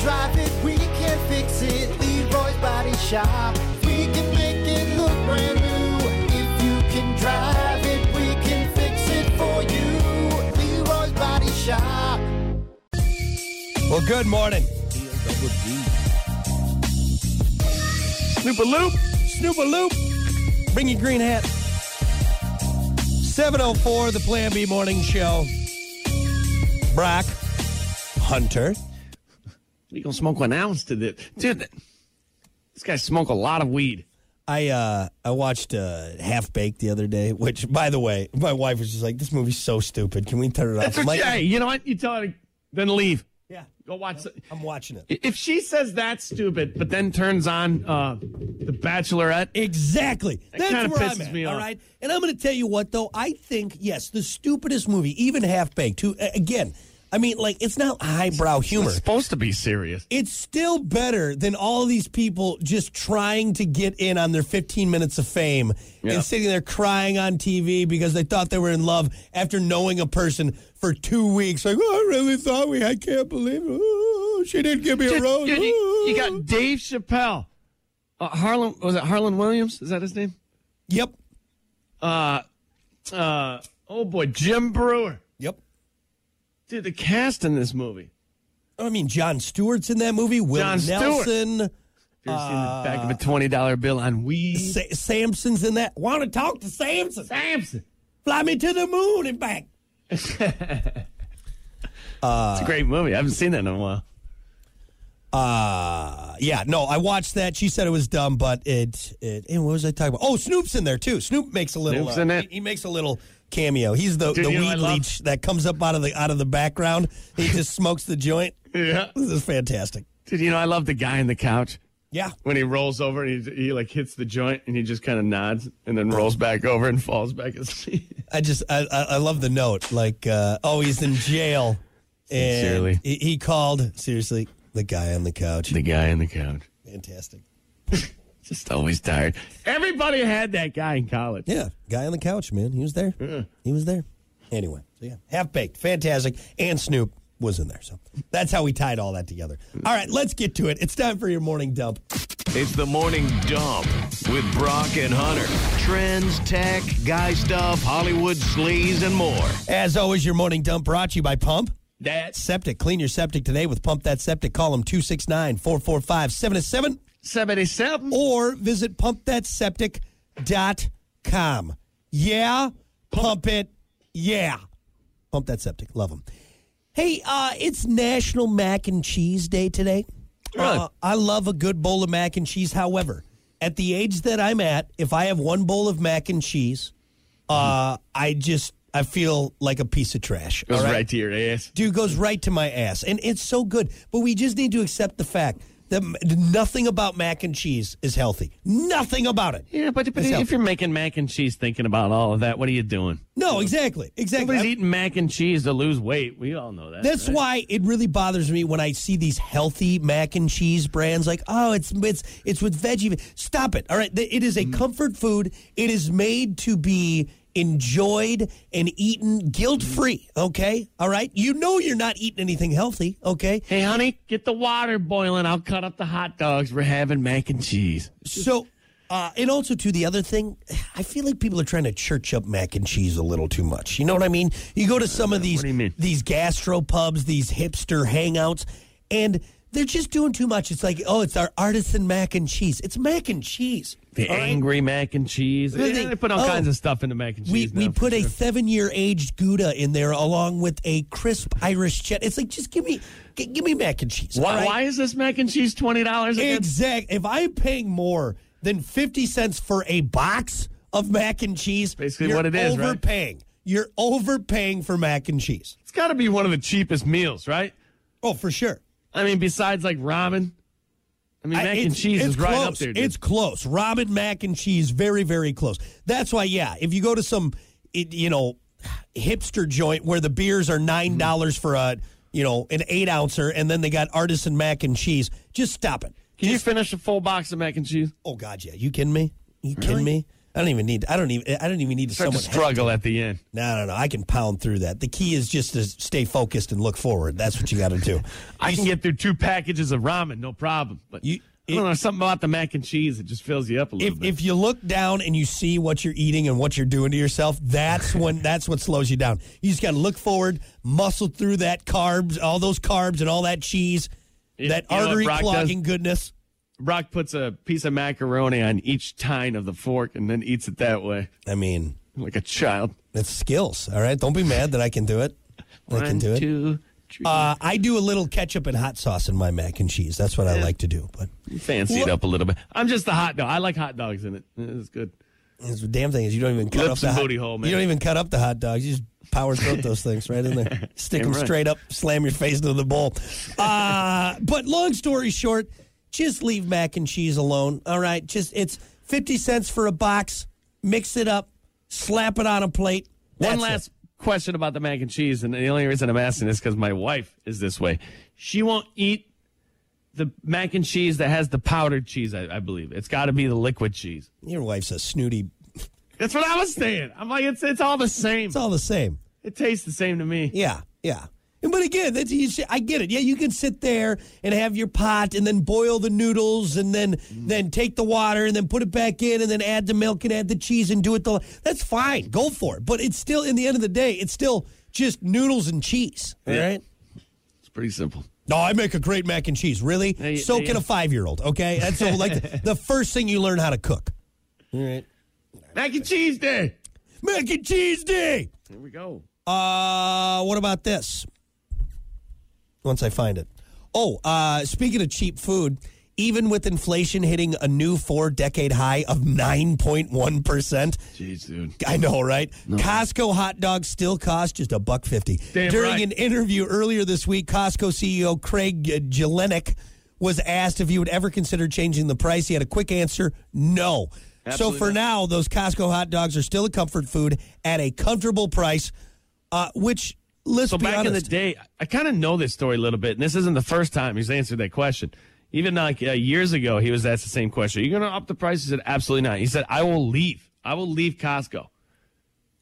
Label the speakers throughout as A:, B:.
A: drive it, we can fix it. Leroy's Body Shop. We can make it look brand new. If you can drive it, we can fix it for you. Leroy's Body Shop.
B: Well, good morning. Snoopa Loop, Snoopa Loop, bring your green hat. 704, the Plan B Morning Show. Brock, Hunter.
C: You gonna smoke an ounce to this, dude? This guy smoke a lot of weed.
B: I uh, I watched uh, Half Baked the other day, which, by the way, my wife was just like, "This movie's so stupid. Can we turn it off?"
C: That's
B: I'm
C: what
B: like,
C: you, hey, you know what? You tell her, to- then leave.
B: Yeah,
C: Go watch. the-
B: I'm watching it.
C: If she says that's stupid, but then turns on uh, the Bachelorette,
B: Exactly. That's
C: kinda
B: where I'm
C: pisses
B: at.
C: me
B: All
C: off.
B: right. And I'm going to tell you what, though. I think yes, the stupidest movie, even Half Baked. Who a- again? I mean, like it's not highbrow humor.
C: it's supposed to be serious.
B: It's still better than all these people just trying to get in on their 15 minutes of fame
C: Yeah.
B: and sitting there crying on TV because they thought they were in love after knowing a person for two weeks. Like, oh, I really thought we. I can't believe. It. Oh, she didn't give me a
C: Dude,
B: rose.
C: dude, you, you
B: Oh."
C: got Dave Chappelle, uh, Harlan. Was it Harlan Williams? Is that his name?
B: Yep.
C: Uh, uh, oh boy, Jim Brewer.
B: Yep.
C: Dude, the cast in this movie.
B: I mean, John Stewart's in that movie. Will
C: Jon Stewart.
B: Nelson.
C: If you're seeing the back of a twenty dollar bill on weed,
B: Sa- Samson's in that. Want to talk to Samson?
C: Samson.
B: Fly me to the moon and back.
C: It's a great movie. I haven't seen that in a while.
B: Uh, yeah, no, I watched that. She said it was dumb, but it. it and what was I talking about? Oh, Snoop's in there too. Snoop makes a little.
C: Snoop's
B: uh,
C: in it.
B: He, he makes a little cameo. He's the,
C: Dude,
B: the
C: you know, I
B: weed
C: love-
B: leech that comes up out of the out of the background. He just smokes the joint.
C: Yeah.
B: This is fantastic.
C: Dude, you know I love the guy on the couch
B: Yeah,
C: when he rolls over and he, he like hits the joint and he just kind of nods and then rolls back over and falls back asleep.
B: I just I, I, I love the note. Like, uh, oh, he's in jail. And
C: Sincerely.
B: he, he called seriously the guy on the couch.
C: The guy on the couch,
B: Fantastic.
C: just always tired. Everybody had that guy in college.
B: Yeah, guy on the couch, man. He was there. He was there. Anyway, so yeah, half baked, fantastic, and Snoop was in there. So that's how we tied all that together. All right, let's get to it. It's time for your morning dump.
D: It's the morning dump with Brock and Hunter. Trends, tech, guy stuff, Hollywood sleaze, and more.
B: As always, your morning dump brought to you by Pump
C: That's
B: Septic. Clean your septic today with Pump That Septic. Call them 269-445-707
C: seventy-seven.
B: or visit pumpthatseptic.com. Yeah, pump it. Yeah. Pump that septic. Love them. Hey, uh, it's National Mac and Cheese Day today.
C: Really?
B: Uh, I love a good bowl of mac and cheese. However, at the age that I'm at, if I have one bowl of mac and cheese, uh, I just I feel like a piece of trash.
C: Goes
B: all
C: right to your ass.
B: dude goes right to my ass and it's so good but we just need to accept the fact that m- nothing about mac and cheese is healthy nothing about it
C: Yeah, but, but
B: It's
C: if
B: healthy.
C: you're making mac and cheese, thinking about all of that, what are you doing?
B: no exactly exactly
C: Nobody's eating mac and cheese to lose weight. We all know that.
B: that's
C: right?
B: why it really bothers me when I see these healthy mac and cheese brands like, oh, it's it's it's with veggie. Stop it! All right, Th- it is
C: Mm.
B: a comfort food. It is made to be enjoyed and eaten guilt free.
C: Mm.
B: Okay, all right. You know you're not eating anything healthy. Okay,
C: Hey, honey, get the water boiling. I'll cut up the hot dogs. We're having mac and cheese.
B: So, uh, and also too, the other thing, I feel like people are trying to church up mac and cheese a little too much. You know what I mean? You go to some of these
C: Uh, do you mean?
B: these gastro pubs, these hipster hangouts, and they're just doing too much. It's like, oh, it's our artisan mac and cheese. It's mac and cheese.
C: The
B: all right?
C: angry mac and cheese.
B: Really?
C: Yeah, they put all
B: Oh.
C: kinds of stuff into mac and
B: We,
C: cheese.
B: we
C: now.
B: put a seven year aged Gouda in there along with a crisp Irish cheddar. It's like just give me g- give me mac and cheese. all
C: Why,
B: right?
C: why is this mac and cheese twenty dollars?
B: Exact. If I'm paying more than fifty cents for a box of mac and cheese,
C: Basically
B: you're
C: what it is, right?
B: Overpaying. You're overpaying for mac and cheese.
C: It's got to be one of the cheapest meals, right?
B: Oh, for sure.
C: I mean, besides like ramen. I mean,
B: I-
C: mac and
B: it's-
C: cheese
B: it's
C: is right up
B: close.
C: there. Dude.
B: It's close. Ramen mac and cheese, very very close. That's why, yeah. If you go to some, it, you know, hipster joint where the beers are
C: Mm-hmm.
B: nine dollars for a, you know, an eight ouncer, and then they got artisan mac and cheese. Just stop it.
C: Can you finish a full box of mac and cheese?
B: Oh God, yeah. You kidding me? You kidding me? I don't even need. I don't even. I don't even need
C: Start
B: someone.
C: to struggle at the end.
B: No, no, no. I can pound through that. The key is just to stay focused and look forward. That's what you got to do.
C: I can get through two packages of ramen, no problem. But
B: You-
C: I don't know something about the mac and cheese that just fills you up a little
B: if
C: bit.
B: if you look down and you see what you're eating and what you're doing to yourself, that's when that's what slows you down. You just got to look forward, muscle through that carbs, all those carbs and all that cheese,
C: You-
B: that
C: you know what
B: artery
C: Brock does?
B: clogging goodness.
C: Brock puts a piece of macaroni on each tine of the fork and then eats it that way,
B: I mean,
C: like a child.
B: it's skills. All right, don't be mad that I can do it. I can
C: One,
B: do it.
C: two, three.
B: Uh, I do a little ketchup and hot sauce in my mac and cheese. That's what I like to do. But
C: Fancy it up a little bit. I'm just the hot dog. I like hot dogs in it. It's good.
B: the damn thing is you don't even cut
C: Lips
B: up the
C: and
B: hot,
C: booty hole, man.
B: You don't even cut up the hot dogs. You just power throat those things right in there. Stick them
C: Damn right.
B: straight up. Slam your face into the bowl. Uh, but long story short, just leave mac and cheese alone. All right, just it's fifty cents for a box. Mix it up. Slap it on a plate.
C: One
B: That's
C: last
B: it.
C: question about the mac and cheese, and the only reason I'm asking is because my wife is this way. She won't eat the mac and cheese that has the powdered cheese. I, I believe it's got to be the liquid cheese.
B: Your wife's a snooty.
C: That's what I was saying. I'm like, it's it's all the same.
B: It's all the same.
C: It tastes the same to me.
B: Yeah, yeah. And But again, that's, you, should- I get it. Yeah, you can sit there and have your pot, and then boil the noodles, and then
C: Mm.
B: then take the water, and then put it back in, and then add the milk and add the cheese, and do it. The that's fine. Go for it. But it's still, in the end of the day, it's still just noodles and cheese. All right.
C: Yeah. It's pretty simple.
B: No, I make a great mac and cheese. Really?
C: you-
B: so
C: there
B: can
C: you-
B: a five year old. Okay, that's so, like the, the first thing you learn how to cook. All right.
C: Mac and cheese day.
B: Mac and cheese day.
C: Here we go.
B: Uh, what about this? Once I find it. Oh, uh, speaking of cheap food, even with inflation hitting a new four decade high of 9.1%,
C: Jeez, dude.
B: I know, right? Costco hot dogs still cost just a buck fifty.
C: Damn
B: During
C: right.
B: an interview earlier this week, Costco CEO Craig uh, Jelinek was asked if he would ever consider changing the price. He had a quick answer: no. so
C: Absolutely
B: for
C: not.
B: now, those Costco hot dogs are still a comfort food at a comfortable price, uh, which let's
C: So
B: be
C: back
B: honest,
C: in the day, I kind of know this story a little bit, and this isn't the first time he's answered that question. Even like uh, years ago, he was asked the same question. Are you going to up the price? He said, absolutely not. He said, I will leave. I will leave Costco.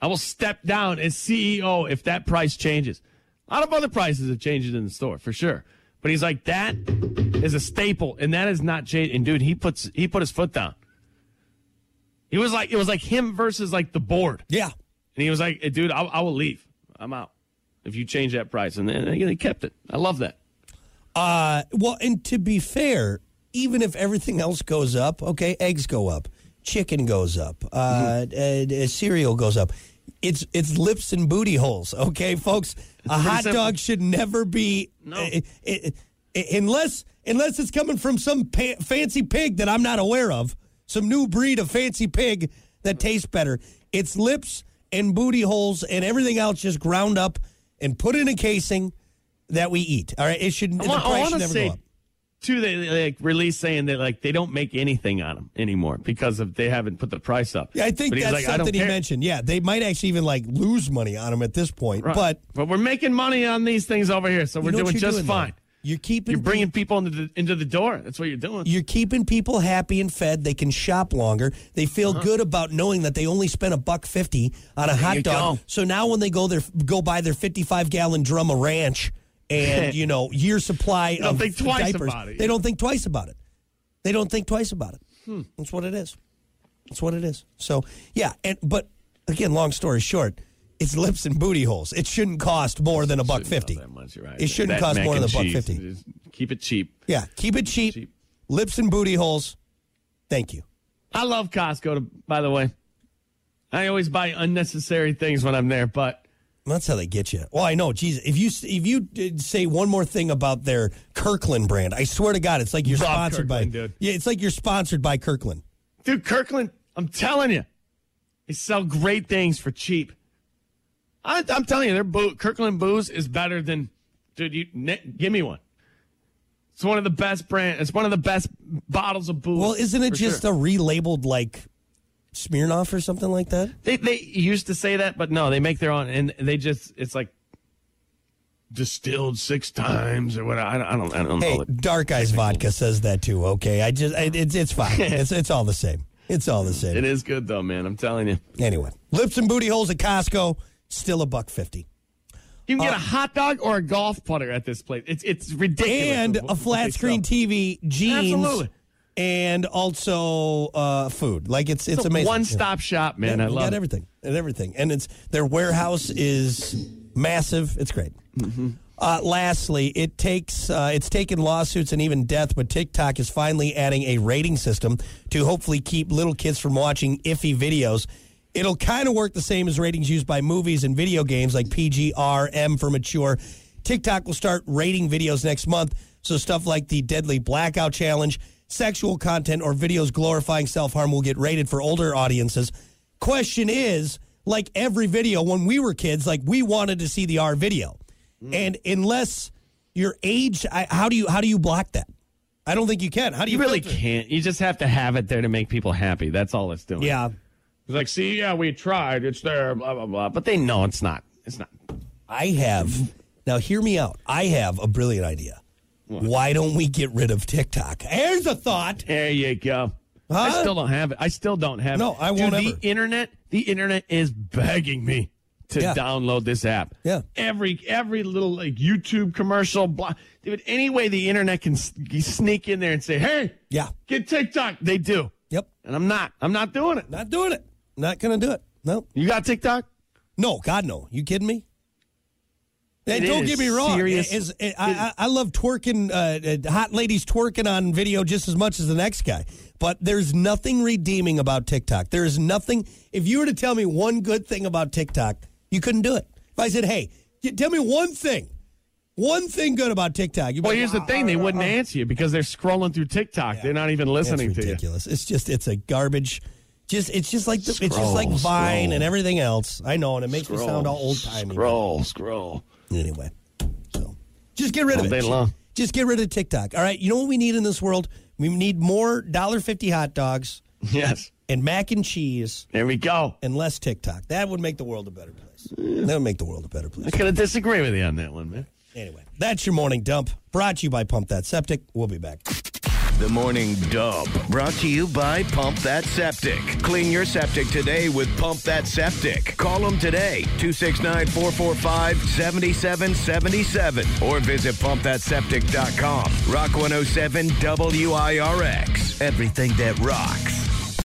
C: I will step down as CEO if that price changes. A lot of other prices have changed in the store for sure, but he's like that is a staple, and that is not changed. And dude, he puts he put his foot down. He was like it was like him versus like the board.
B: yeah,
C: And he was like, "Eh, dude, I, I will leave. I'm out. If you change that price. And then they kept it. I love that.
B: Uh, well, and to be fair, even if everything else goes up, okay, eggs go up, chicken goes up,
C: Mm-hmm.
B: uh, uh, uh, cereal goes up. It's it's lips and booty holes, okay, folks. A hot
C: simple.
B: dog should never be
C: No.
B: uh, uh, uh, unless unless it's coming from some pa- fancy pig that I'm not aware of, some new breed of fancy pig that tastes better. It's lips and booty holes and everything else just ground up and put in a casing that we eat. All right, it should
C: I
B: the
C: want- I
B: price should
C: wanna
B: never
C: say,
B: go up.
C: Too, they, they like released saying that like they don't make anything on them anymore because of they haven't put the price up.
B: Yeah, I think
C: But he's
B: that's
C: like, "I don't
B: something he
C: care."
B: mentioned. Yeah, they might actually even like lose money on them at this point,
C: Right.
B: but
C: but we're making money on these things over here, so
B: you
C: we're
B: know what
C: doing
B: you're
C: just
B: doing, though?
C: fine.
B: You're keeping
C: You're bringing people into the, into the door. That's what you're doing.
B: you're keeping people happy and fed. They can shop longer. They feel good about knowing that they only spent a buck fifty on a hot
C: Uh-huh. you
B: dog.
C: go.
B: So now when they go their go buy their fifty five gallon drum of ranch and you know year supply
C: don't
B: of
C: think twice
B: diapers,
C: about it.
B: they don't think twice about it. They don't think twice about it.
C: Hmm.
B: That's what it is. That's what it is. So yeah, and but again, long story short, it's lips and booty holes. It shouldn't cost more than a buck
C: Shouldn't cost
B: fifty.
C: that much, you're right.
B: It shouldn't
C: That
B: cost
C: mac
B: more than a
C: and
B: buck
C: cheese,
B: fifty.
C: just Keep it cheap.
B: Yeah, keep it cheap.
C: Cheap.
B: Lips and booty holes. Thank you.
C: I love Costco, to, by the way. I always buy unnecessary things when I'm there, but
B: That's how they get you. Well, I know. Jesus, if you if you did say one more thing about their Kirkland brand, I swear to God, it's like you're
C: Love
B: sponsored
C: Kirkland,
B: by.
C: dude.
B: Yeah, it's like you're sponsored by Kirkland.
C: Dude, Kirkland, I'm telling you, they sell great things for cheap. I, I'm telling you, their boo, Kirkland booze is better than, dude. You ne- give me one. It's one of the best brand. It's one of the best bottles of booze.
B: Well, isn't it
C: for
B: just
C: sure.
B: a relabeled like Smirnoff or something like that?
C: they they used to say that, but no, they make their own, and they just it's like distilled six times or what. I, don't- I don't I don't
B: Hey,
C: know.
B: Dark Eyes Vodka says that too. Okay, I just I, it's it's fine. it's it's all the same. It's all the same.
C: It is good though, man. I'm telling you.
B: Anyway, lips and booty holes at Costco, still a buck fifty,
C: You can get
B: Uh,
C: a hot dog or a golf putter at this place. It's it's ridiculous.
B: and
C: what-
B: a
C: what they
B: flat screen
C: sell.
B: TV, jeans,
C: Absolutely.
B: and also uh, food. Like it's it's,
C: It's a
B: amazing.
C: one stop shop, man.
B: Yeah,
C: I
B: you
C: love
B: got
C: it.
B: everything and everything, and it's their warehouse is massive. It's great. Uh, lastly, it takes uh, it's taken lawsuits and even death, but TikTok is finally adding a rating system to hopefully keep little kids from watching iffy videos. It'll kind of work the same as ratings used by movies and video games like PG, R, M for mature. TikTok will start rating videos next month, so stuff like the deadly blackout challenge, sexual content, or videos glorifying self harm will get rated for older audiences. Question is, like every video when we were kids, like we wanted to see the R video. And unless you're aged, I, how do you how do you block that? I don't think you can. How do you,
C: You really
B: filter it?
C: can't. You just have to have it there to make people happy. That's all it's doing.
B: Yeah.
C: It's like, see, yeah, we tried. It's there, blah, blah, blah. But they know it's not. It's not.
B: I have now hear me out. I have a brilliant idea. Why don't we get rid of TikTok? There's a thought.
C: There you go.
B: Huh?
C: I still don't have it. I still don't have
B: No,
C: it.
B: I
C: Dude,
B: won't
C: The
B: ever.
C: internet, the internet is begging me to
B: Yeah.
C: download this app.
B: Yeah.
C: Every every little like YouTube commercial, blah. Dude, any way the internet can s- sneak in there and say, "Hey,
B: Yeah.
C: get TikTok," they do.
B: Yep.
C: And I'm not. I'm not doing it.
B: Not doing it. Not gonna do it. No.
C: You got TikTok?
B: No, God, no. You kidding me? And
C: It
B: don't
C: is
B: get me wrong.
C: serious.
B: Is- I, I, I love twerking, uh, uh, hot ladies twerking on video just as much as the next guy. But there's nothing redeeming about TikTok. There is nothing. If you were to tell me one good thing about TikTok, you couldn't do it. If I said, hey, y- tell me one thing, one thing good about TikTok. you'd be
C: Well,
B: like,
C: here's the
B: "Ah,
C: thing: they wouldn't answer you because they're scrolling through TikTok. They're not even
B: That's
C: listening to you.
B: ridiculous. It's just, it's a garbage. Just, it's just like the, it's just like
C: Scroll,
B: Vine
C: scroll.
B: and everything else. I know, and it makes me sound all old timey.
C: Scroll, scroll.
B: Anyway, so just get rid
C: All
B: of
C: day
B: it.
C: long.
B: Just get rid of TikTok. All right. You know what we need in this world? We need more dollar fifty hot dogs
C: Yes.
B: and mac and cheese
C: There we go.
B: and less TikTok. That would make the world a better place. That would make the world a better place.
C: I gotta disagree with you on that one, man.
B: Anyway, that's your morning dump. Brought to you by Pump That Septic. We'll be back.
D: The Morning Dump, brought to you by Pump That Septic. Clean your septic today with Pump That Septic. Call them today, 269 445 7777, or visit oh pumpthatseptic.com. Rock 107 WIRX. Everything that rocks.